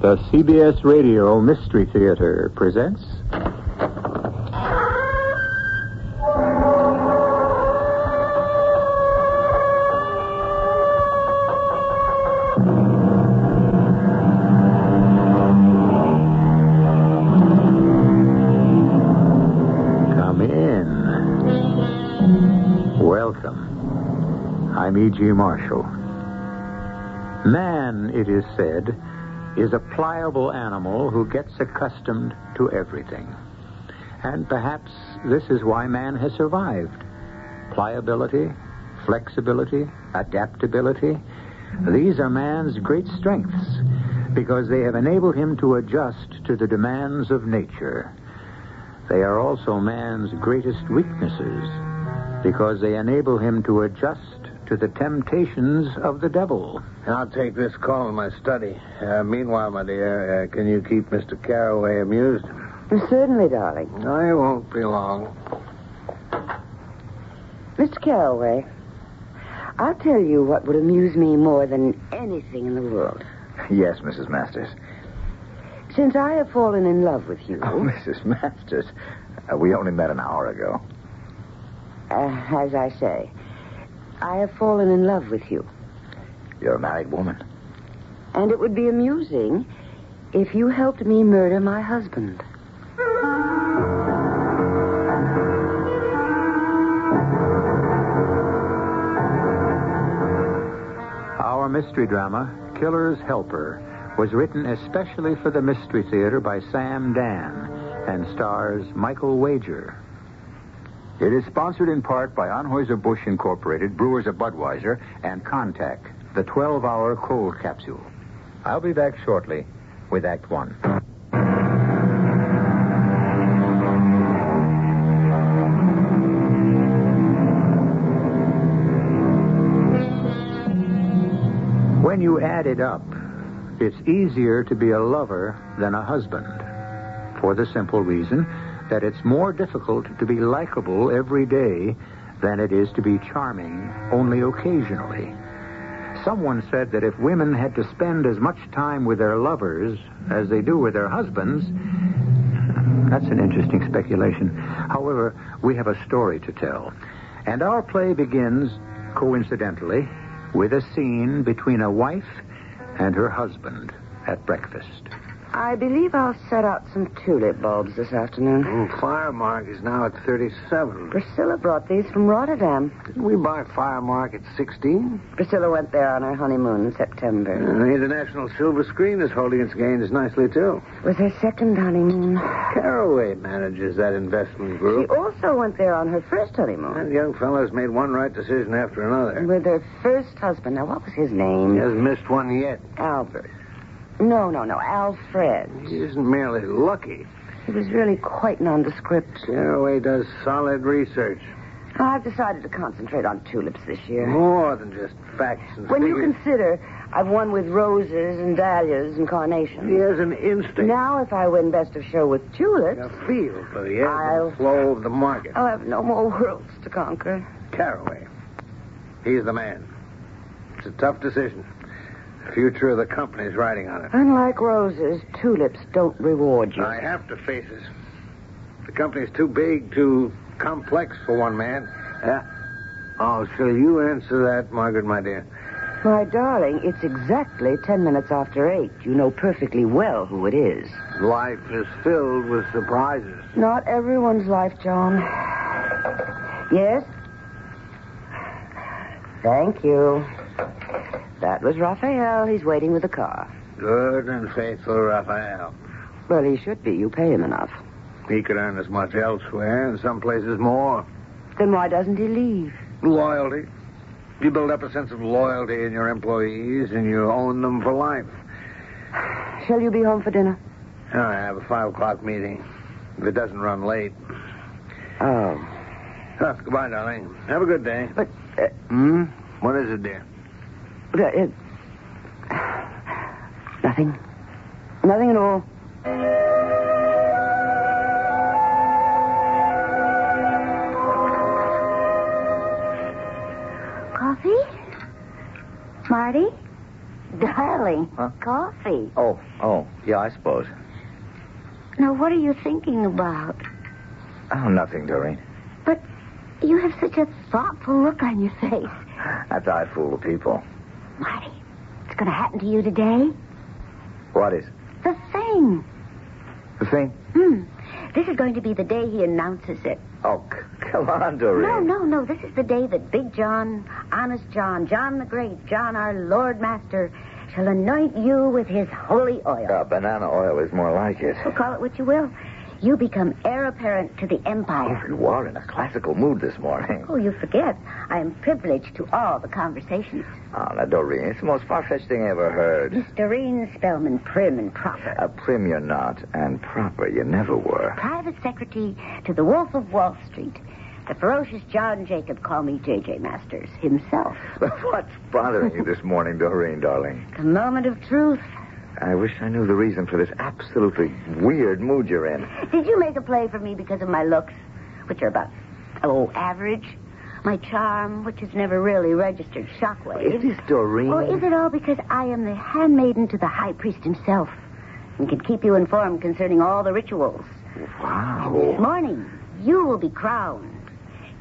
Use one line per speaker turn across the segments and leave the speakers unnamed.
The CBS Radio Mystery Theater presents. Come in. Welcome. I'm E.G. Marshall. Man, it is said, is a pliable animal who gets accustomed to everything. And perhaps this is why man has survived. Pliability, flexibility, adaptability, these are man's great strengths because they have enabled him to adjust to the demands of nature. They are also man's greatest weaknesses because they enable him to adjust to the temptations of the devil.
I'll take this call in my study. Uh, meanwhile, my dear, uh, can you keep Mr. Carroway amused?
Certainly, darling.
I won't be long.
Mr. Carroway, I'll tell you what would amuse me more than anything in the world.
Yes, Mrs. Masters.
Since I have fallen in love with you,
Oh, Mrs. Masters, uh, we only met an hour ago.
uh, as I say, I have fallen in love with you.
You're a married woman.
And it would be amusing if you helped me murder my husband.
Our mystery drama, Killer's Helper, was written especially for the Mystery Theater by Sam Dan and stars Michael Wager. It is sponsored in part by Anheuser-Busch Incorporated, Brewers of Budweiser, and Contact, the 12-hour cold capsule. I'll be back shortly with Act One. When you add it up, it's easier to be a lover than a husband. For the simple reason
that it's more difficult to be likable every day than it is to be charming only occasionally. Someone said that if women had to spend as much time with their lovers as they do with their husbands, that's an interesting speculation. However, we have a story to tell. And our play begins, coincidentally, with a scene between a wife and her husband at breakfast.
I believe I'll set out some tulip bulbs this afternoon.
Mm. Firemark is now at 37.
Priscilla brought these from Rotterdam.
Didn't we buy Firemark at 16?
Priscilla went there on her honeymoon in September.
the International Silver Screen is holding its gains nicely, too.
Was her second honeymoon.
Caraway manages that investment
She
group.
also went there on her first honeymoon
That young fellow's made one right decision after another.
with her first husband. Now, what was his name?
He hasn't missed one yet.
Albert. No, no, no, Alfred.
He isn't merely lucky.
He was really quite nondescript.
Caraway does solid research.
I've decided to concentrate on tulips this year.
More than just facts and
When you
figures.
consider I've won with roses and dahlias and carnations.
He has an instinct.
Now, if I win best of show with tulips,
A feel for the ebb
I'll-
and flow of the market.
I'll have no more worlds to conquer.
Caraway. He's the man. It's a tough decision. The future of the company's riding on it.
Unlike roses, tulips don't reward you.
I have to face it. The company's too big, too complex for one man. Yeah. Oh, shall you answer that, Margaret, my dear?
My darling, it's exactly ten minutes after eight. You know perfectly well who it is.
Life is filled with surprises.
Not everyone's life, John. Yes? Thank you. That was Raphael. He's waiting with the car.
Good and faithful Raphael.
Well, he should be. You pay him enough.
He could earn as much elsewhere, and some places more.
Then why doesn't he leave?
Loyalty. You build up a sense of loyalty in your employees, and you own them for life.
Shall you be home for dinner?
I have a five o'clock meeting. If it doesn't run late.
Oh.
Oh, goodbye, darling. Have a good day.
But, uh,
Hmm? What is it, dear?
but, uh, it... Nothing. Nothing at all.
Coffee? Marty? Darling,
Huh?
coffee.
Oh, oh, yeah, I suppose.
Now, what are you thinking about?
Oh, nothing, Doreen.
But you have such a thoughtful look on your face.
That's I fool the people.
Marty, it's going to happen to you today.
What is?
The thing.
The thing?
Hmm. This is going to be the day he announces it.
Oh, c- come on, Doreen.
No, no, no. This is the day that Big John, Honest John, John the Great, John our Lord Master, shall anoint you with his holy oil.
Uh, banana oil is more like it.
Well, call it what you will. You become heir apparent to the empire.
Oh, You are in a classical mood this morning.
Oh, you forget. I am privileged to all the conversations.
Oh, now, Doreen, it's the most far-fetched thing I ever heard.
Miss Doreen Spellman, prim and proper.
A prim you're not, and proper you never were.
Private secretary to the Wolf of Wall Street. The ferocious John Jacob, call me J.J. Masters, himself.
What's bothering you this morning, Doreen, darling?
The moment of truth.
I wish I knew the reason for this absolutely weird mood you're in.
Did you make a play for me because of my looks, which are about, oh, average? My charm, which has never really registered shockwaves.
It is Doreen.
Or Oh, is it all because I am the handmaiden to the high priest himself and can keep you informed concerning all the rituals? This
Wow.
morning, you will be crowned.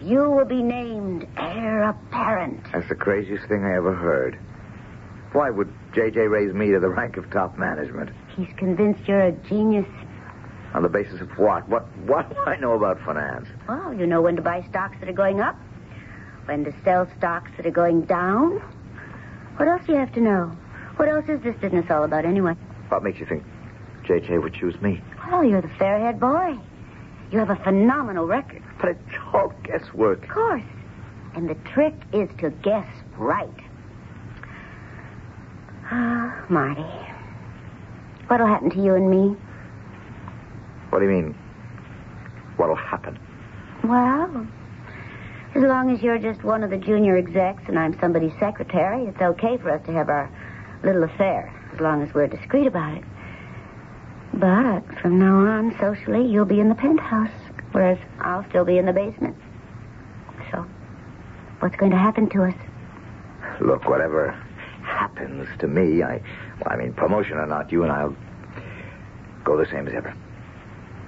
You will be named heir apparent.
That's the craziest thing I ever heard. Why would J.J. raise me to the rank of top management?
He's convinced you're a genius.
On the basis of what? What What do I know about finance?
Well, you know when to buy stocks that are going up, when to sell stocks that are going down. What else do you have to know? What else is this business all about, anyway?
What makes you think J.J. would choose me?
Well, you're the fairhead boy. You have a phenomenal record.
But it's all guesswork.
Of course. And the trick is to guess right. Ah, Marty. What'll happen to you and me?
What do you mean? What'll happen?
Well, as long as you're just one of the junior execs and I'm somebody's secretary, it's okay for us to have our little affair, as long as we're discreet about it. But from now on, socially, you'll be in the penthouse, whereas I'll still be in the basement. So, what's going to happen to us?
Look, whatever happens to me, I, well, I mean, promotion or not, you and I'll go the same as ever.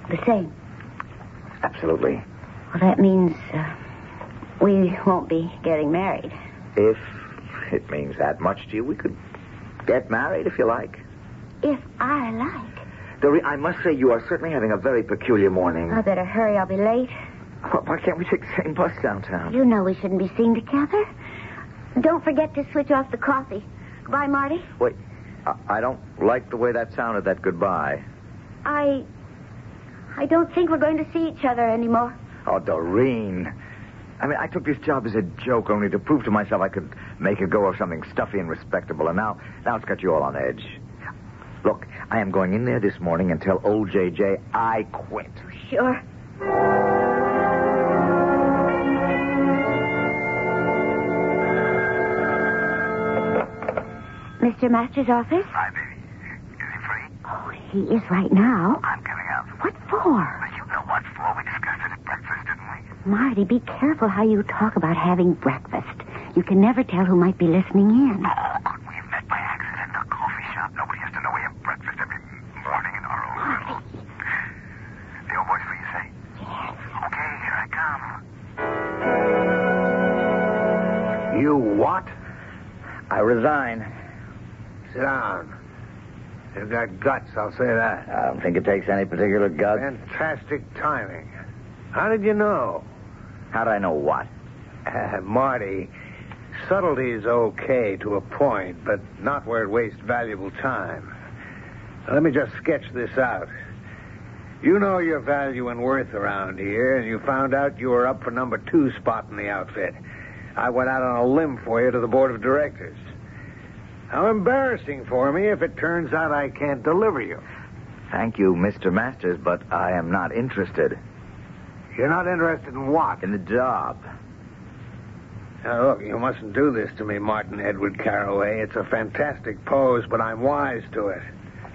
The same.
Absolutely.
Well, that means uh, we won't be getting married.
If it means that much to you, we could get married if you like.
If I like.
Doreen, I must say you are certainly having a very peculiar morning.
I better hurry. I'll be late.
Why- Uh, Why can't we take the same bus downtown?
You know we shouldn't be seen together. Don't forget to switch off the coffee. Goodbye, Marty.
Wait, I, I don't like the way that sounded, that goodbye.
I. I don't think we're going to see each other anymore.
Oh, Doreen. I mean, I took this job as a joke only to prove to myself I could make a go of something stuffy and respectable, and now, now it's got you all on edge. Look, I am going in there this morning and tell old JJ I quit.
Sure. Mr. Masters' office?
Hi, baby. Is he free?
Oh, he is right now.
I'm coming out.
What for?
Well, you know what for. We discussed it at breakfast, didn't we?
Marty, be careful how you talk about having breakfast. You can never tell who might be listening in.
Oh, We met by accident in a coffee shop. Nobody has to know we have breakfast every morning in our own little... The old boy's free, you say? Okay, here I come.
You what?
I resign.
Sit down. You've got guts, I'll say that.
I don't think it takes any particular guts.
Fantastic timing. How did you know?
How'd I know what?
Uh, Marty, subtlety's okay to a point, but not where it wastes valuable time. Now, let me just sketch this out. You know your value and worth around here, and you found out you were up for number two spot in the outfit. I went out on a limb for you to the board of directors. How embarrassing for me if it turns out I can't deliver you.
Thank you, Mr. Masters, but I am not interested.
You're not interested in what?
In the job.
Now, look, you mustn't do this to me, Martin Edward Carroway. It's a fantastic pose, but I'm wise to it.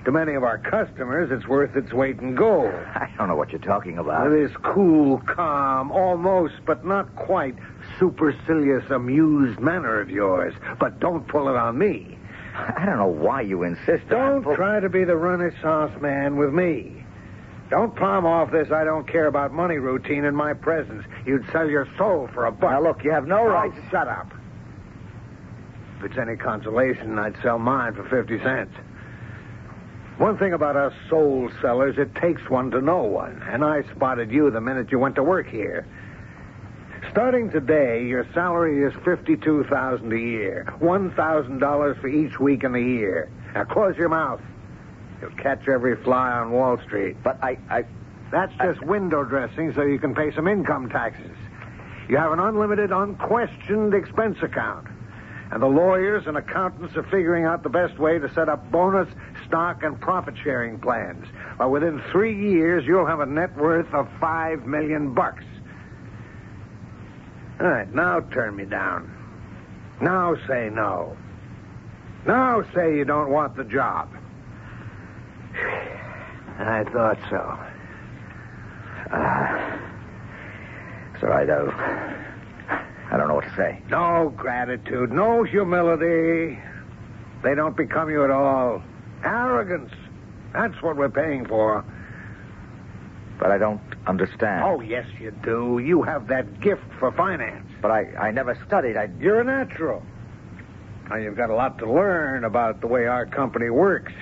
To many of our customers, it's worth its weight in gold.
I don't know what you're talking about.
With his cool, calm, almost but not quite supercilious, amused manner of yours. But don't pull it on me.
I don't know why you insist
Don't
on. Well,
try to be the Renaissance man with me. Don't palm off this I don't care about money routine in my presence. You'd sell your soul for a buck.
Now, look, you have no
Oh,
right.
shut up. If it's any consolation, I'd sell mine for 50 cents. One thing about us soul sellers, it takes one to know one. And I spotted you the minute you went to work here. Starting today, your salary is $52,000 a year, $1,000 for each week in the year. Now close your mouth. You'll catch every fly on Wall Street.
But I, I,
That's just window dressing so you can pay some income taxes. You have an unlimited, unquestioned expense account. And the lawyers and accountants are figuring out the best way to set up bonus, stock, and profit sharing plans. By within three years, you'll have a net worth of five million bucks. All right, now turn me down. Now say no. Now say you don't want the job. I thought so.
Uh, it's all right. I, I don't know what to say.
No gratitude, no humility. They don't become you at all. Arrogance. That's what we're paying for.
But I don't understand.
Oh, yes, you do. You have that gift for finance.
But I, I never studied. I.
You're a natural. Now, you've got a lot to learn about the way our company works.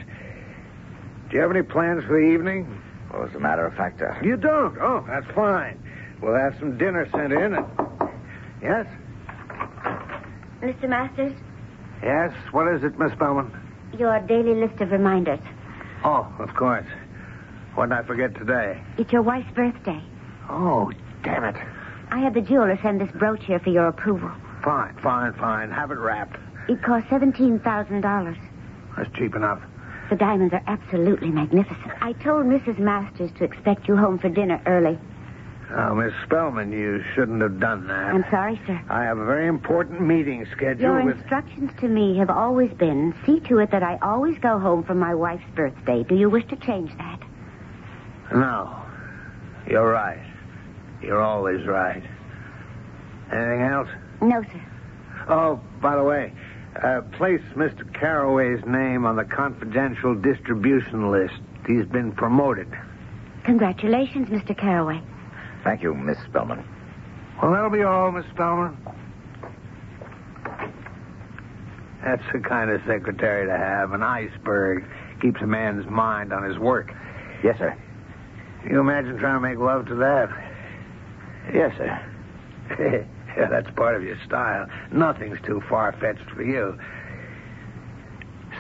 Do you have any plans for the evening?
Well, as a matter of fact, uh,
You don't? Oh, that's fine. We'll have some dinner sent in. And... Yes?
Mr. Masters,
Yes? What is it, Miss Bowman?
your daily list of reminders.
Oh, of course. What did I forget today?
It's your wife's birthday.
Oh, damn it.
I had the jeweler send this brooch here for your approval.
Fine, fine, fine. Have it wrapped.
It cost $17,000.
That's cheap enough.
The diamonds are absolutely magnificent. I told Mrs. Masters to expect you home for dinner early.
Oh, Miss Spellman, you shouldn't have done that.
I'm sorry, sir.
I have a very important meeting scheduled
Your
with.
instructions to me have always been see to it that I always go home for my wife's birthday. Do you wish to change that?
No. You're right. You're always right. Anything else?
No, sir.
Oh, by the way, uh, place Mr. Caraway's name on the confidential distribution list. He's been promoted.
Congratulations, Mr. Caraway.
Thank you, Miss Spellman.
Well, that'll be all, Miss Spellman. That's the kind of secretary to have. An iceberg keeps a man's mind on his work.
Yes, sir.
You imagine trying to make love to that?
Yes, sir.
yeah, that's part of your style. Nothing's too far fetched for you.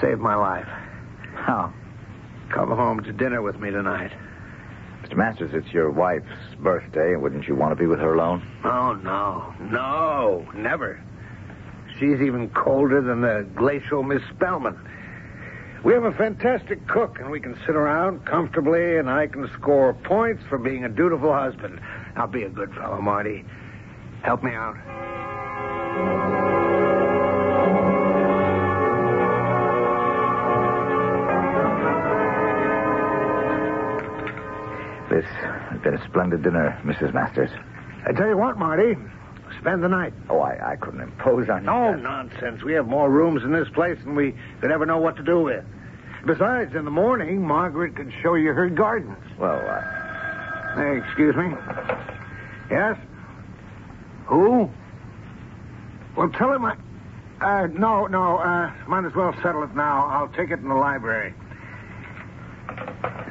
Saved my life.
How?
Come home to dinner with me tonight.
Mr. Masters, it's your wife's birthday. Wouldn't you want to be with her alone?
Oh, no. No, never. She's even colder than the glacial Miss Spellman. We have a fantastic cook, and we can sit around comfortably, and I can score points for being a dutiful husband. I'll be a good fellow, Marty. Help me out.
This has been a splendid dinner, Mrs. Masters.
I tell you what, Marty, spend the night.
Oh, I, I couldn't impose on you.
No nonsense. We have more rooms in this place than we could ever know what to do with. Besides, in the morning, Margaret could show you her gardens.
Well, uh,
Hey, excuse me. Yes? Who? Well, tell him I. Uh, no, no, uh, might as well settle it now. I'll take it in the library.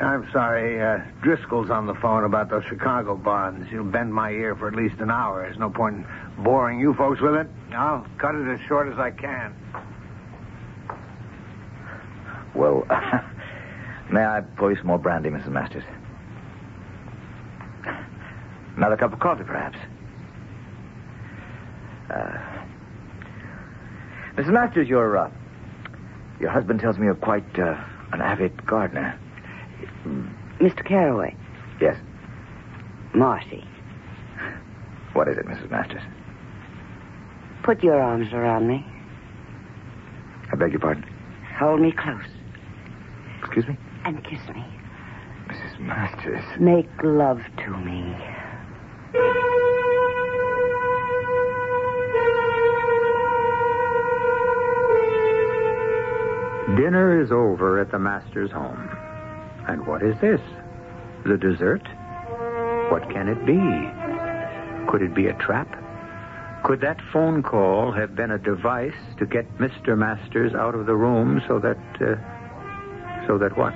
I'm sorry, uh, Driscoll's on the phone about those Chicago bonds. You'll bend my ear for at least an hour. There's no point in boring you folks with it. I'll cut it as short as I can.
well, may I pour you some more brandy, Mrs. Masters? Another cup of coffee, perhaps. Uh, Mrs. Masters, your uh, your husband tells me you're quite uh, an avid gardener.
Mr. Caraway,
Yes.
Marty,
What is it, Mrs. Masters?
put your arms around me.
I beg your pardon.
Hold me close
Excuse me,
and kiss me.
Mrs. Masters.
Make love to me.
Dinner is over at the master's home. And what is this? The dessert? What can it be? Could it be a trap? Could that phone call have been a device to get Mr. Masters out of the room so that. Uh, so that what?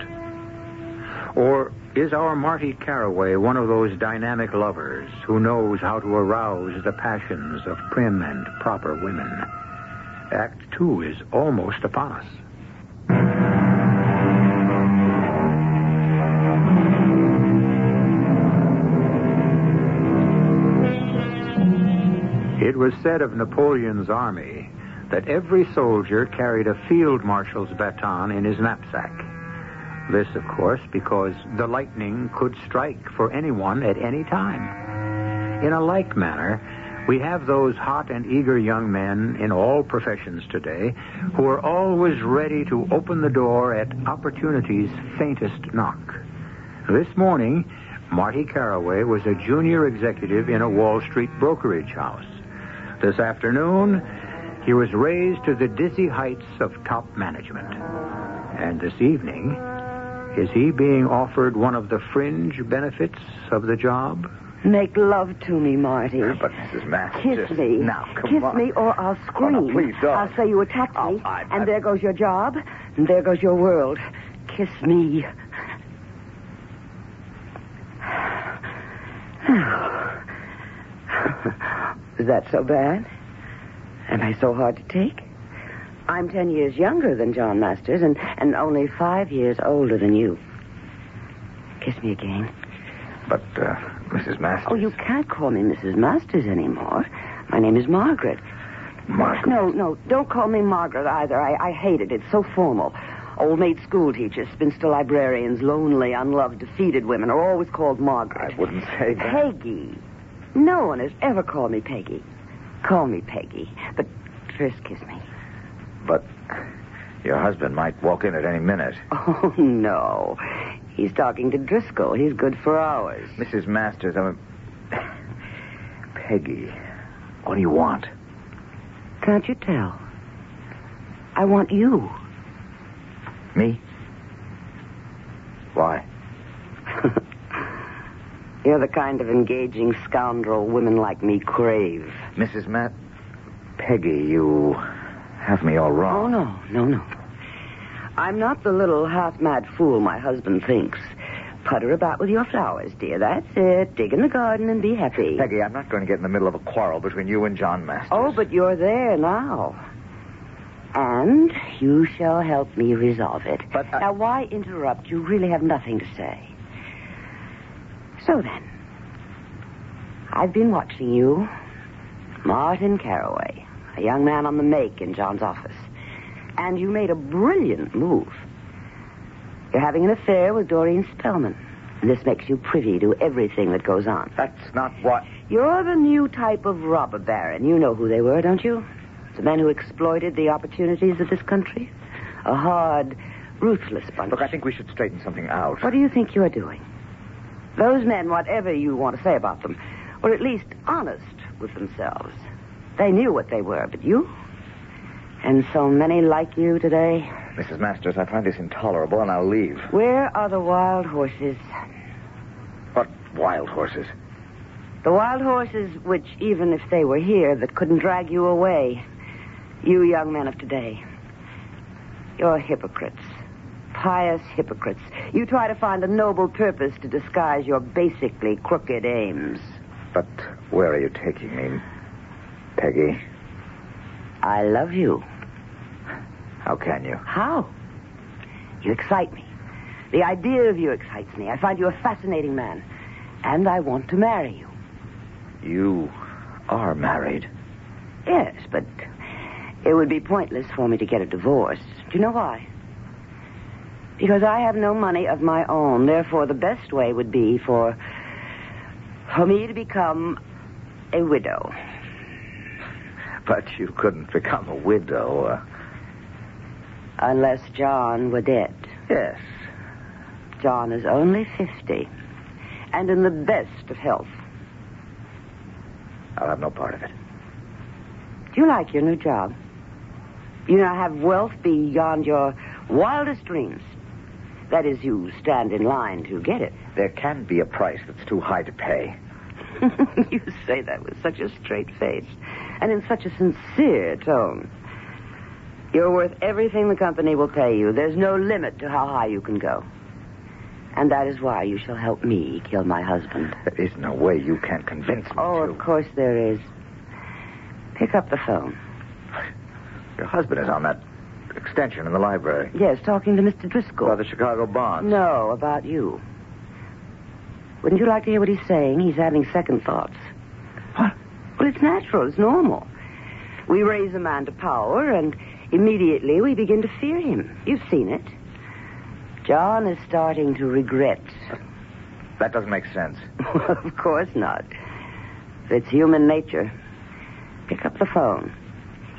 Or is our Marty Caraway one of those dynamic lovers who knows how to arouse the passions of prim and proper women? Act two is almost upon us. It was said of Napoleon's army that every soldier carried a field marshal's baton in his knapsack. This, of course, because the lightning could strike for anyone at any time. In a like manner, we have those hot and eager young men in all professions today who are always ready to open the door at opportunity's faintest knock. This morning, Marty Caraway was a junior executive in a Wall Street brokerage house. This afternoon, he was raised to the dizzy heights of top management. And this evening, is he being offered one of the fringe benefits of the job?
Make love to me, Marty.
But Mrs. Masters.
Kiss me.
Now, come
Kiss
on.
me or I'll scream.
Oh, no, please don't.
I'll say you attacked me.
Oh, I-
and
I-
there goes your job. And there goes your world. Kiss me. Is that so bad? Am I so hard to take? I'm ten years younger than John Masters and, and only five years older than you. Kiss me again.
But, uh, Mrs. Masters.
Oh, you can't call me Mrs. Masters anymore. My name is Margaret.
Margaret.
No, no, don't call me Margaret either. I, I hate it. It's so formal. Old maid school teachers, spinster librarians, lonely, unloved, defeated women are always called Margaret. I
wouldn't say that.
Peggy. No one has ever called me Peggy. Call me Peggy, but first kiss me.
But your husband might walk in at any minute.
Oh, no. He's talking to Driscoll. He's good for hours.
Mrs. Masters, I'm. Peggy, what do you want?
Can't you tell? I want you.
Me? Why?
You're the kind of engaging scoundrel women like me crave.
Mrs. Matt. Peggy, you have me all
Oh,
wrong.
no, no, no. I'm not the little half mad fool my husband thinks. Putter about with your flowers, dear. That's it. Dig in the garden and be happy.
Peggy, I'm not going to get in the middle of a quarrel between you and John Masters.
Oh, but you're there now. And you shall help me resolve it. But Now, why interrupt? You really have nothing to say. So then, I've been watching you. Martin Carraway, a young man on the make in John's office. And you made a brilliant move. You're having an affair with Doreen Spellman. And this makes you privy to everything that goes on.
That's not what.
You're the new type of robber baron. You know who they were, don't you? The men who exploited the opportunities of this country. A hard, ruthless bunch.
Look, I think we should straighten something out.
What do you think you're doing? Those men, whatever you want to say about them, were at least honest with themselves. They knew what they were, but you? And so many like you today.
Mrs. Masters, I find this intolerable, and I'll leave.
Where are the wild horses?
What wild horses?
The wild horses, which, even if they were here, that couldn't drag you away. You young men of today. You're hypocrites. Pious hypocrites. You try to find a noble purpose to disguise your basically crooked aims.
But where are you taking me, Peggy?
I love you.
How can you?
How? You excite me. The idea of you excites me. I find you a fascinating man. And I want to marry you.
You are married.
Yes, but it would be pointless for me to get a divorce. Do you know why? Because I have no money of my own. Therefore, the best way would be for for me to become a widow.
But you couldn't become a widow. Uh,
Unless John were dead.
Yes.
John is only 50 and in the best of health.
I'll have no part of it.
Do you like your new job? You now have wealth beyond your wildest dreams. That is, you stand in line to get it.
There can be a price that's too high to pay.
you say that with such a straight face and in such a sincere tone. You're worth everything the company will pay you. There's no limit to how high you can go. And that is why you shall help me kill my husband.
There is no way you can convince me.
Oh, of course there is. Pick up the phone.
Your husband is on that extension in the library.
Yes, talking to Mr. Driscoll.
About the Chicago bonds.
No, about you. Wouldn't you like to hear what he's saying? He's having second thoughts. What? Well, it's natural. It's normal. We raise a man to power, and immediately we begin to fear him. You've seen it. John is starting to regret.
That doesn't make sense.
of course not. It's human nature. Pick up the phone,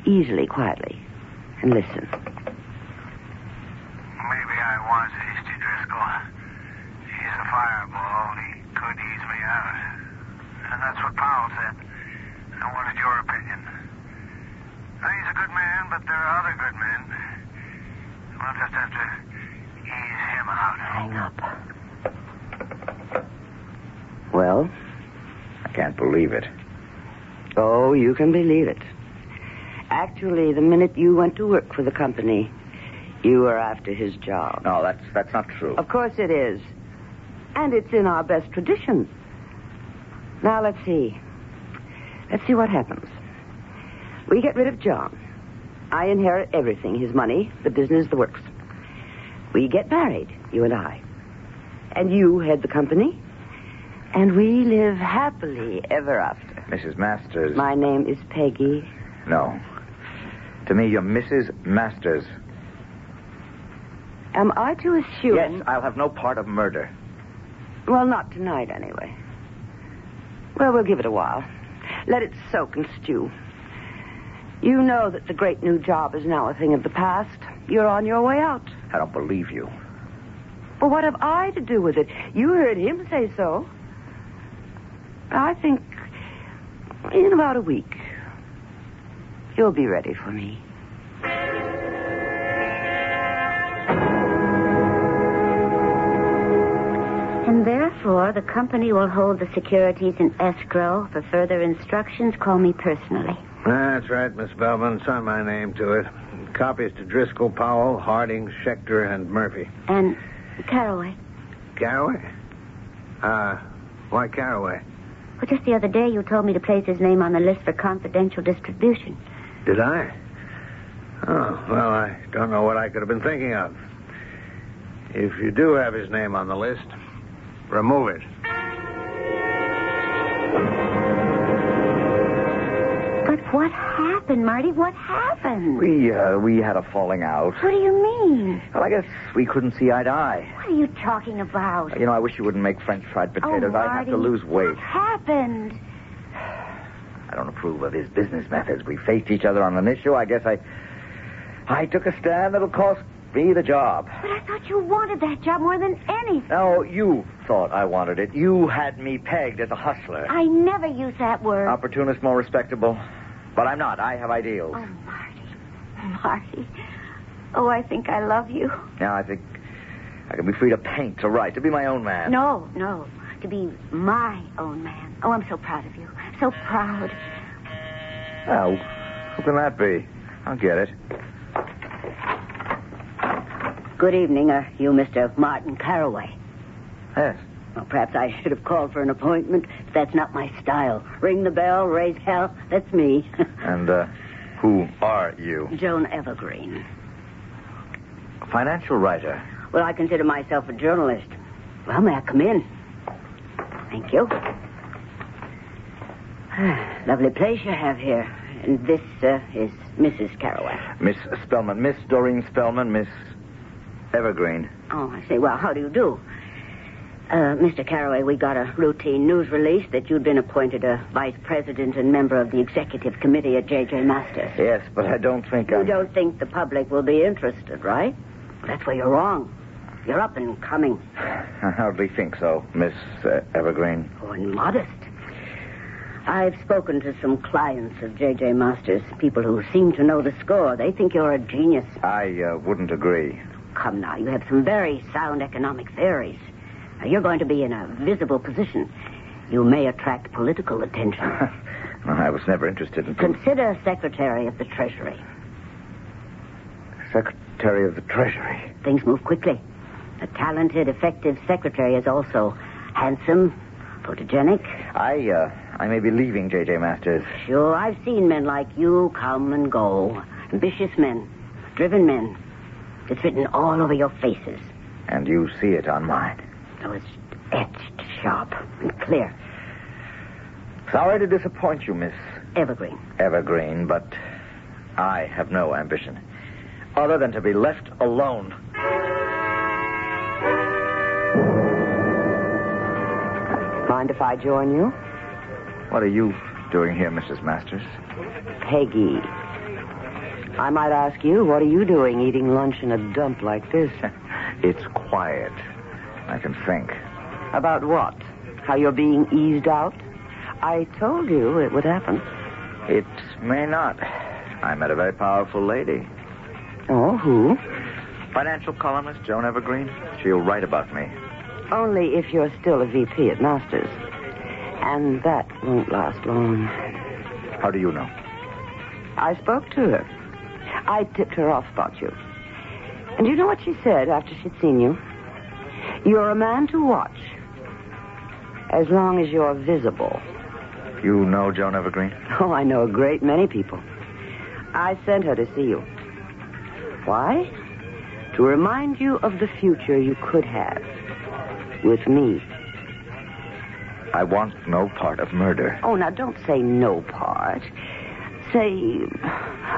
easily, quietly, and listen.
Maybe I was hasty, Driscoll. He's a fireball, and he could ease me out. And that's what Powell said. I wanted your opinion. Now, he's a good man, but there are other good men. We'll just have to ease him out.
Hang up. Well?
I can't believe it.
Oh, you can believe it. Actually, the minute you went to work for the company, you were after his job.
No, that's that's not true.
Of course it is. And it's in our best tradition. Now, let's see. Let's see what happens. We get rid of John. I inherit everything his money, the business, the works. We get married, you and I. And you head the company. And we live happily ever after.
Mrs. Masters.
My name is Peggy.
No. To me, you're Mrs. Masters.
Am I to assume?
Yes, I'll have no part of murder.
Well, not tonight, anyway. Well, we'll give it a while. Let it soak and stew. You know that the great new job is now a thing of the past. You're on your way out.
I don't believe you.
Well, what have I to do with it? You heard him say so. I think in about a week, you'll be ready for me.
And therefore, the company will hold the securities in escrow. For further instructions, call me personally.
That's right, Miss Belvin. Sign my name to it. Copies to Driscoll, Powell, Harding, Schechter, and Murphy.
And Caraway.
Caraway? Uh, why Caraway?
Well, just the other day, you told me to place his name on the list for confidential distribution.
Did I? Oh, well, I don't know what I could have been thinking of. If you do have his name on the list, remove it.
But what happened, Marty? What happened?
We, uh, we had a falling out.
What do you mean?
Well, I guess we couldn't see eye to eye.
What are you talking about?
You know, I wish you wouldn't make French fried potatoes.
Oh,
I'd have to
Marty.
lose weight.
What happened?
I don't approve of his business methods. We faced each other on an issue. I guess I, I took a stand that'll cost me the job.
But I thought you wanted that job more than anything.
No, you thought I wanted it. You had me pegged as a hustler.
I never use that word.
Opportunist, more respectable. But I'm not. I have ideals.
Oh, Marty. Oh, I think I love you.
Now I think I can be free to paint, to write, to be my own man.
No, no. To be my own man. Oh, I'm so proud of you. So proud.
Well, who can that be? I'll get it.
Good evening. Are you Mr. Martin Caraway?
Yes.
Well, perhaps I should have called for an appointment. But that's not my style. Ring the bell, raise hell. That's me.
And uh, who are you?
Joan Evergreen.
A financial writer.
Well, I consider myself a journalist. Well, may I come in? Thank you. Lovely place you have here. And this uh, is Mrs. Caraway.
Miss Spellman, Miss Doreen Spellman, Miss Evergreen.
Oh, I see. Well, how do you do? Uh, Mr. Caraway, we got a routine news release that you'd been appointed a vice president and member of the executive committee at J.J. Masters.
Yes, but I don't think
You
I'm.
don't think the public will be interested, right? That's where you're wrong. You're up and coming.
I hardly think so, Miss uh, Evergreen.
Oh, and modest. I've spoken to some clients of J.J. Masters, people who seem to know the score. They think you're a genius.
I uh, wouldn't agree.
Come now, you have some very sound economic theories. Now, you're going to be in a visible position. You may attract political attention.
I was never interested in.
Consider Secretary of the Treasury.
Secretary of the Treasury.
Things move quickly. A talented, effective secretary is also handsome, photogenic.
I, uh, I may be leaving J.J. Masters.
Sure, I've seen men like you come and go. Ambitious men, driven men. It's written all over your faces.
And you see it on mine.
So it's etched sharp and clear.
Sorry to disappoint you, Miss
Evergreen.
Evergreen, but I have no ambition other than to be left alone.
Mind if I join you?
What are you doing here, Mrs. Masters?
Peggy. I might ask you, what are you doing eating lunch in a dump like this?
It's quiet. I can think.
About what? How you're being eased out? I told you it would happen.
It may not. I met a very powerful lady.
Oh, who?
Financial columnist Joan Evergreen. She'll write about me.
Only if you're still a VP at Masters. And that won't last long.
How do you know?
I spoke to her. I tipped her off about you. And you know what she said after she'd seen you? You're a man to watch. As long as you're visible.
You know Joan Evergreen?
Oh, I know a great many people. I sent her to see you. Why? To remind you of the future you could have with me.
I want no part of murder.
Oh, now don't say no part. Say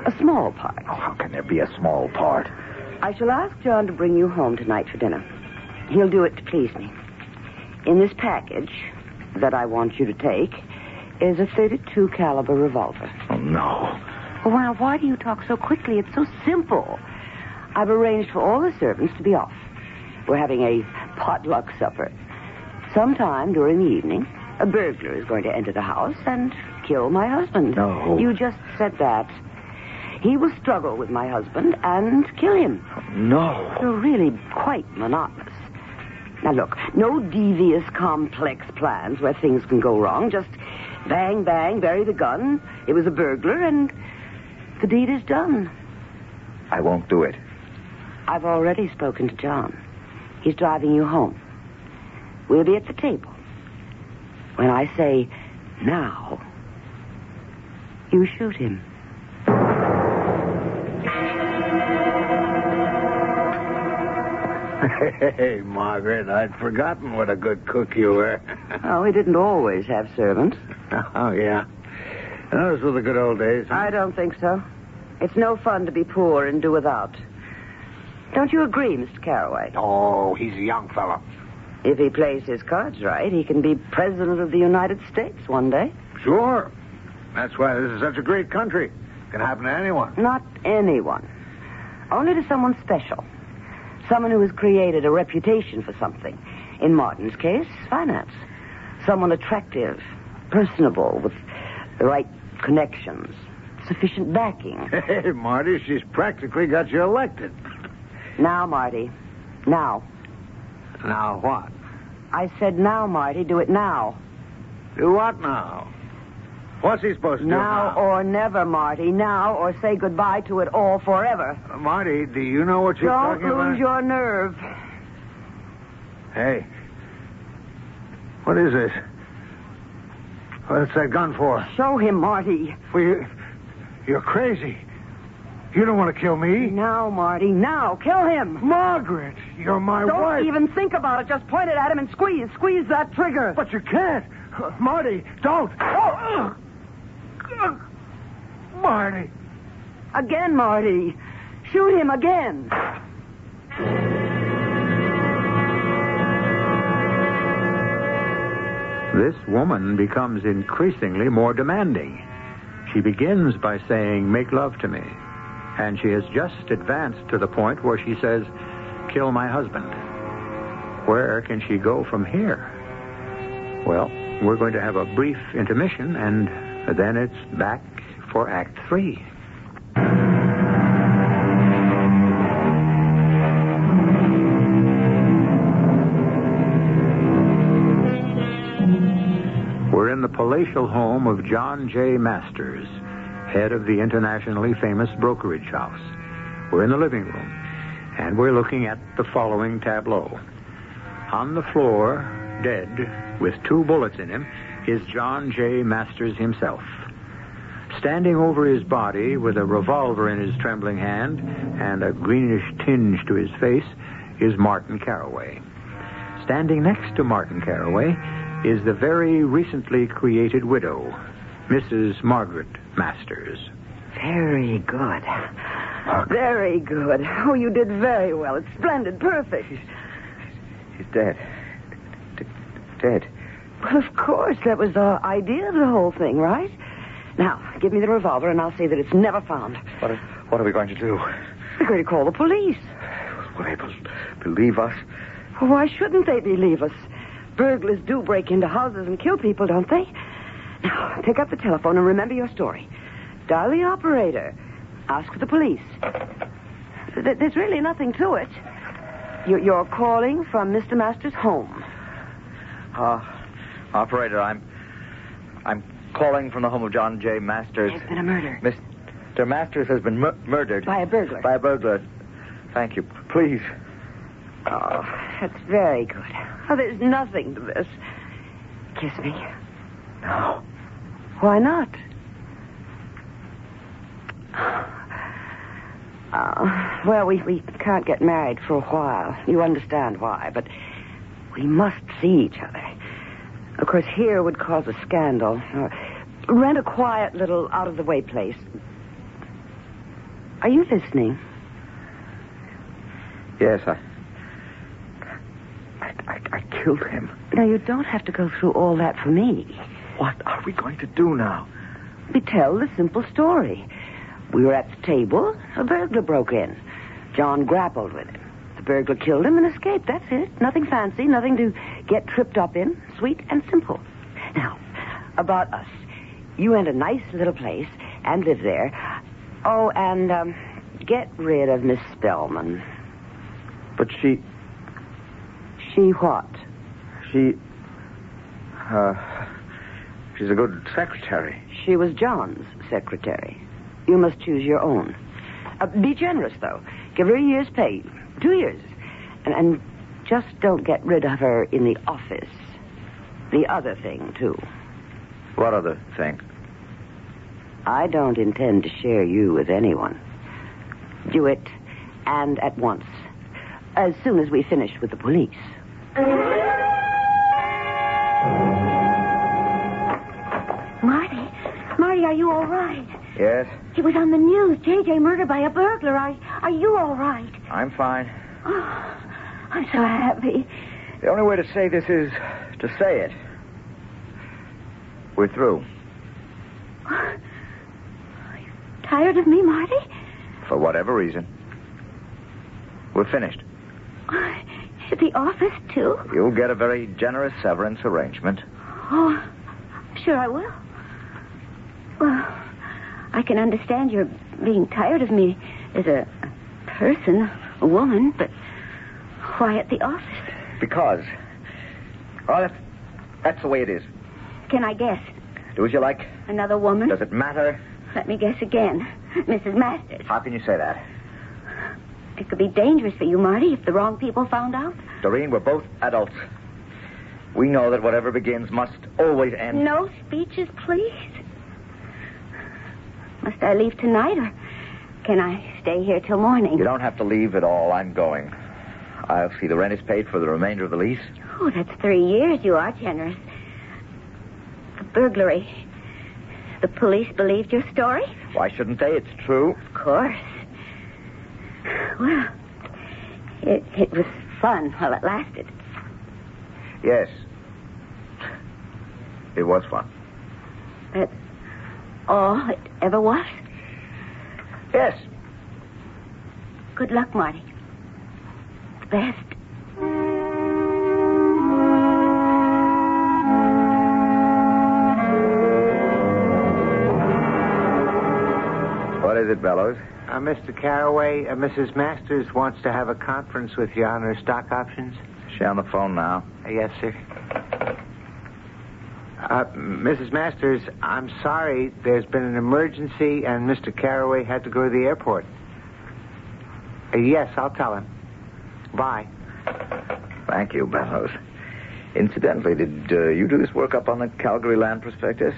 a small part.
Oh, How can there be a small part?
I shall ask John to bring you home tonight for dinner. He'll do it to please me. In this package that I want you to take is a 32 caliber revolver.
Oh, no.
Well, now, why do you talk so quickly? It's so simple. I've arranged for all the servants to be off. We're having a potluck supper. Sometime during the evening, a burglar is going to enter the house and kill my husband.
No.
You just said that. He will struggle with my husband and kill him.
No.
You're really quite monotonous. Now, look, no devious, complex plans where things can go wrong. Just bang, bang, bury the gun. It was a burglar, and the deed is done.
I won't do it.
I've already spoken to John. He's driving you home. We'll be at the table. When I say now, you shoot him.
Hey, Margaret, I'd forgotten what a good cook you were.
Oh, he didn't always have servants.
oh, yeah. Those were the good old days.
I don't think so. It's no fun to be poor and do without. Don't you agree, Mr. Carroway?
Oh, he's a young fellow.
If he plays his cards right, he can be president of the United States one day.
Sure. That's why this is such a great country. Can happen to anyone.
Not anyone. Only to someone special. Someone who has created a reputation for something. In Martin's case, finance. Someone attractive, personable, with the right connections, sufficient backing.
Hey, Marty, she's practically got you elected.
Now, Marty. Now.
Now what?
I said now, Marty. Do it now.
Do what now? What's he supposed to
Now or never, Marty. Now or say goodbye to it all forever.
do? Now, Marty, do you know what you're
Don't
talking about?
lose your nerve.
Hey, what is this? What's that gun for?
Show him, Marty.
Well, you, you're crazy. You don't want to kill me.
Now, Marty. Now. Kill him.
Margaret, you're my
Don't
wife.
even think about it. Just point it at him and squeeze. Squeeze that trigger.
But you can't. Uh, Marty, don't. Oh, ugh. Ugh. Marty.
Again, Marty. Shoot him again.
This woman becomes increasingly more demanding. She begins by saying, Make love to me. And she has just advanced to the point where she says, Kill my husband. Where can she go from here? Well, we're going to have a brief intermission, and then it's back for Act Three. We're in the palatial home of John J. Masters, head of the internationally famous brokerage house. We're in the living room, and we're looking at the following tableau. On the floor, dead, with two bullets in him, is John J. Masters himself. Standing over his body with a revolver in his trembling hand and a greenish tinge to his face is Martin Carroway. Standing next to Martin Carroway is the very recently created widow, Mrs. Margaret Masters.
Very good. Very good. Oh, you did very well. It's splendid. Perfect.
He's dead. D- d- dead.
Well, of course, that was the idea of the whole thing, right? Now, give me the revolver and I'll see that it's never found.
What are, what are we going to do?
We're going to call the police.
Will they bel believe us?
Well, why shouldn't they believe us? Burglars do break into houses and kill people, don't they? Now, pick up the telephone and remember your story. Dial the operator. Ask for the police. Th- There's really nothing to it. You- You're calling from Mr. Masters' home.
Uh, operator, I'm. I'm calling from the home of John J. Masters.
There's been a murder.
Mr. Masters has been mur- murdered.
By a burglar.
By a burglar. Thank you. Please.
Oh, that's very good. Oh, there's nothing to this. Kiss me.
No.
Why not? Uh, well, we, we can't get married for a while. You understand why, but we must see each other. Of course, here would cause a scandal. Uh, rent a quiet little out of the way place. Are you listening?
Yes, I. I, I, I killed him.
Now, you don't have to go through all that for me.
What are we going to do now?
We tell the simple story. We were at the table. A burglar broke in. John grappled with him. The burglar killed him and escaped. That's it. Nothing fancy, nothing to get tripped up in. Sweet and simple. Now, about us. You rent a nice little place and live there. Oh, and um, get rid of Miss Spellman.
But she.
She what?
She. Uh, she's a good secretary.
She was John's secretary. You must choose your own. Uh, be generous, though. Give her a year's pay. Two years. And, and just don't get rid of her in the office. The other thing, too.
What other thing?
I don't intend to share you with anyone. Do it, and at once. As soon as we finish with the police.
Marty, Marty, are you all right?
Yes,
It was on the news. JJ murdered by a burglar. Are, are you all right?
I'm fine.
Oh, I'm so happy.
The only way to say this is to say it. We're through.
Are you tired of me, Marty?
For whatever reason. We're finished.
At the office, too?
You'll get a very generous severance arrangement.
Oh, I'm sure I will. Well, I can understand your being tired of me as a a person, a woman, but why at the office?
Because. Well, that's, that's the way it is.
Can I guess?
Do as you like.
Another woman?
Does it matter?
Let me guess again. Mrs. Masters.
How can you say that?
It could be dangerous for you, Marty, if the wrong people found out.
Doreen, we're both adults. We know that whatever begins must always end.
No speeches, please. Must I leave tonight, or can I stay here till morning?
You don't have to leave at all. I'm going. I'll see the rent is paid for the remainder of the lease.
Oh, that's three years. You are generous. The burglary. The police believed your story?
Why shouldn't they? It's true.
Of course. Well, it, it was fun while it lasted.
Yes. It was fun.
That's all it ever was.
Yes.
Good luck, Marty. The best.
What is it, Bellows?
Uh, Mr. Carraway, uh, Mrs. Masters wants to have a conference with you on her stock options.
Is she on the phone now?
Uh, yes, sir. Uh, Mrs. Masters, I'm sorry. There's been an emergency, and Mr. Carraway had to go to the airport. Uh, yes, I'll tell him. Bye.
Thank you, Bellows. Incidentally, did uh, you do this work up on the Calgary land prospectus?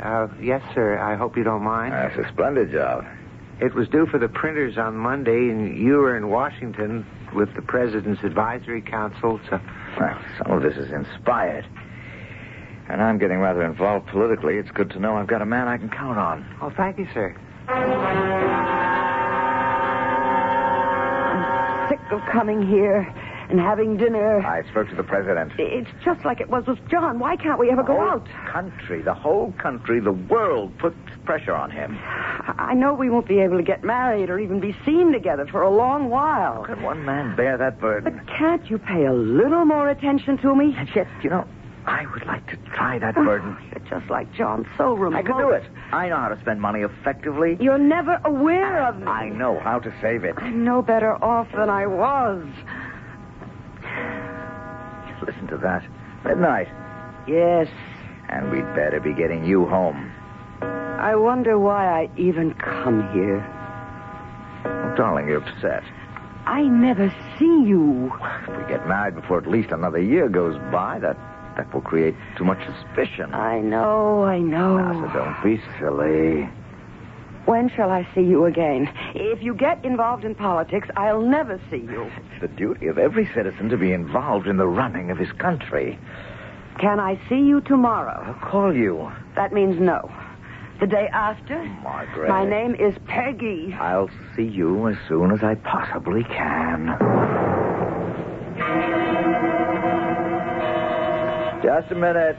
Uh, yes, sir. I hope you don't mind.
That's a splendid job.
It was due for the printers on Monday, and you were in Washington with the President's Advisory Council, so.
Well, some of this is inspired. And I'm getting rather involved politically. It's good to know I've got a man I can count on.
Oh, thank you, sir.
Sick of coming here and having dinner.
I spoke to the president.
It's just like it was with John. Why can't we ever
Oh.
go out?
Country, the whole country, the world put pressure on him.
I I know we won't be able to get married or even be seen together for a long while.
Could one man bear that burden?
Can't you pay a little more attention to me?
And yet, you know, I would like to try that burden.
You're just like John, so remote.
I could do it. I know how to spend money effectively.
You're never aware of me.
I know how to save it.
I'm no better off than I was.
Listen to that. Midnight.
Yes,
And we'd better be getting you home.
I wonder why I even come here.
Oh, darling, you're upset.
I never see you.
If we get married before at least another year goes by, that that will create too much suspicion.
I know, I know.
Now, so don't be silly.
When shall I see you again? If you get involved in politics, I'll never see you.
It's the duty of every citizen to be involved in the running of his country.
Can I see you tomorrow?
I'll call you.
That means no.
The day after?
Margaret.
My name is Peggy.
I'll see you as soon as I possibly can. Just a minute.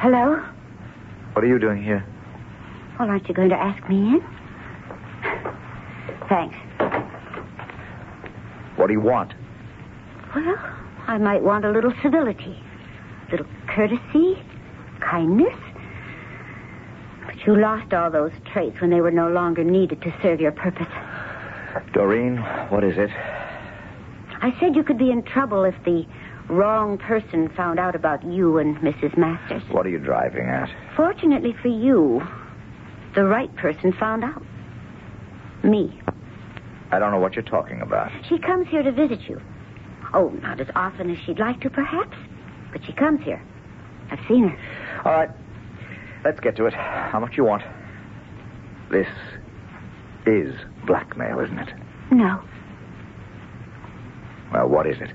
Hello?
What are you doing here?
Well, aren't you going to ask me in? Thanks.
What do you want?
Well, I might want a little civility, a little courtesy, kindness. But you lost all those traits when they were no longer needed to serve your purpose.
Doreen, what is it?
I said you could be in trouble if the wrong person found out about you and Mrs. Masters.
What are you driving at?
Fortunately for you, the right person found out. Me.
I don't know what you're talking about.
She comes here to visit you. Oh, not as often as she'd like to, perhaps. But she comes here. I've seen her.
All right. Let's get to it. How much you want? This is blackmail, isn't it?
No,
Well, what is it?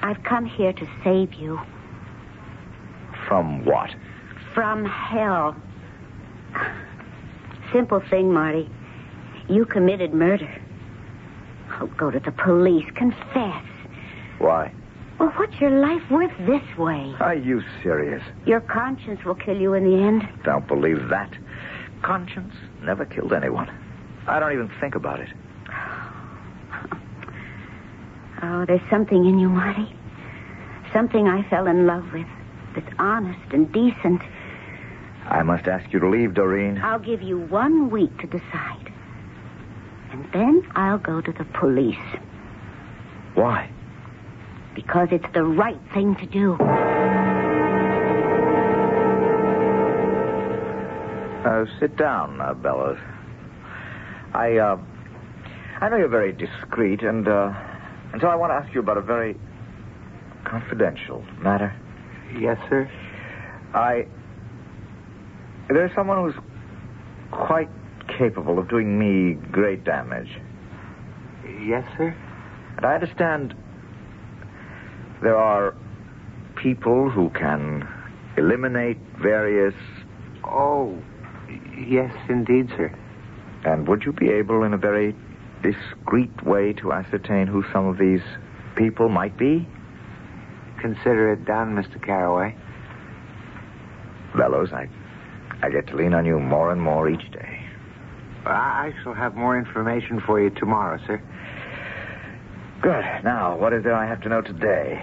I've come here to save you
From what?
from hell. Simple thing, Marty. You committed murder. Oh, go to the police. Confess.
Why?
Well, what's your life worth this way?
Are you serious?
Your conscience will kill you in the end.
Don't believe that. Conscience never killed anyone. I don't even think about it.
Oh, there's something in you, Marty. Something I fell in love with that's honest and decent.
I must ask you to leave, Doreen.
I'll give you one week to decide. And then I'll go to the police
Why?
because it's the right thing to do.
Uh, sit down, uh, Bellows. I, uh, I know you're very discreet, and, uh, and so I want to ask you about a very confidential matter. Yes, sir? I. There's someone who's quite capable of doing me great damage. Yes, sir? And I understand there are people who can eliminate various. Oh, yes, indeed, sir. And would you be able, in a very discreet way, to ascertain who some of these people might be?
Consider it done, Mr. Carraway.
Bellows, I, I get to lean on you more and more each day.
I I shall have more information for you tomorrow, sir.
Good. Now, what is there I have to know today?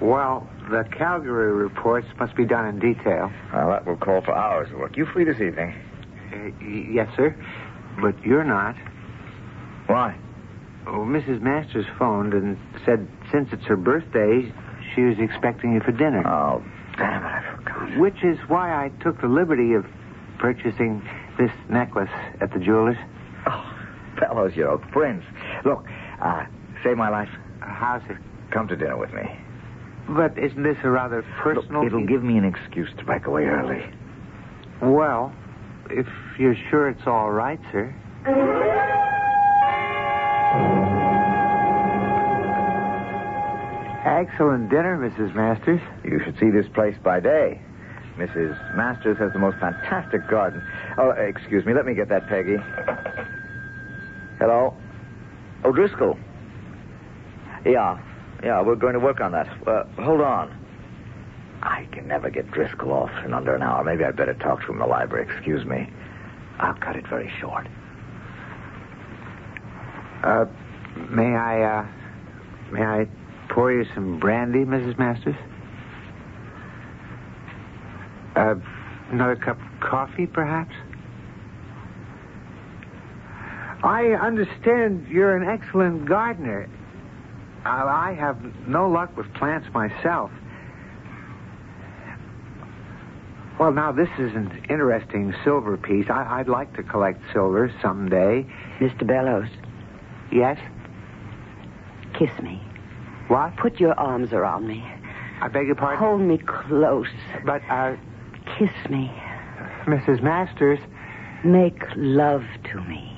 Well, the Calgary reports must be done in detail.
Well, that will call for hours of work. You free this evening?
Uh, y- yes, sir. But you're not.
Why?
Oh, Mrs. Masters phoned and said since it's her birthday, she was expecting you for dinner.
Oh, damn it, I forgot.
Which is why I took the liberty of purchasing this necklace at the jeweler's.
Oh, Bellows, you're a prince. Look, uh, save my life.
How's it?
Come to dinner with me.
But isn't this a rather personal...
It'll give me an excuse to back away early.
Well, if you're sure it's all right, sir. Excellent dinner, Mrs. Masters.
You should see this place by day. Mrs. Masters has the most fantastic garden. Oh, excuse me. Let me get that, Peggy. Hello? Oh, O'Driscoll. Yeah. Yeah, we're going to work on that. Uh, hold on. I can never get Driscoll off in under an hour. Maybe I'd better talk to him in the library. Excuse me. I'll cut it very short.
Uh, may I, uh, may I pour you some brandy, Mrs. Masters? Uh, another cup of coffee, perhaps? I understand you're an excellent gardener. Uh, I have no luck with plants myself. Well, now, this is an interesting silver piece. I- I'd like to collect silver someday.
Mr. Bellows,
Yes?
kiss me.
What?
Put your arms around me.
I beg your pardon?
Hold me close.
But, uh,
Kiss me.
Mrs. Masters,
Make love to me.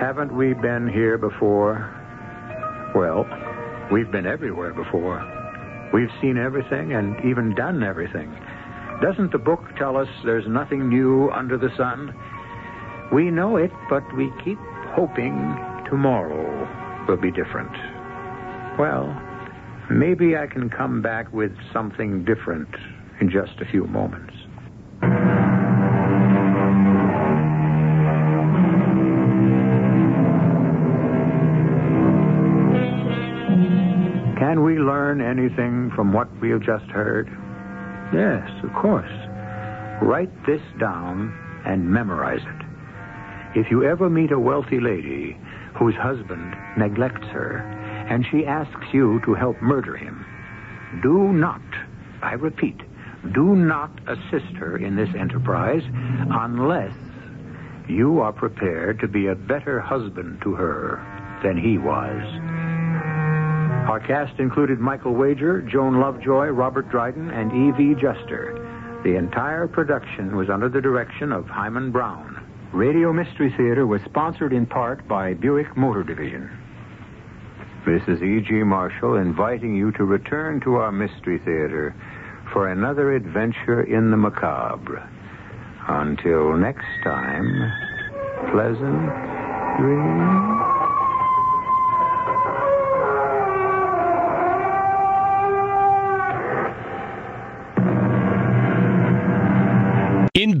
Haven't we been here before? Well, we've been everywhere before. We've seen everything and even done everything. Doesn't the book tell us there's nothing new under the sun? We know it, but we keep hoping tomorrow will be different. Well, maybe I can come back with something different in just a few moments. Can we learn anything from what we have just heard? Yes, of course. Write this down and memorize it. If you ever meet a wealthy lady whose husband neglects her and she asks you to help murder him, do not, I repeat, do not assist her in this enterprise unless you are prepared to be a better husband to her than he was. Our cast included Michael Wager, Joan Lovejoy, Robert Dryden, and E.V. Juster. The entire production was under the direction of Hyman Brown. Radio Mystery Theater was sponsored in part by Buick Motor Division. This is E.G. Marshall inviting you to return to our Mystery Theater for another adventure in the macabre. Until next time, pleasant dreams.
In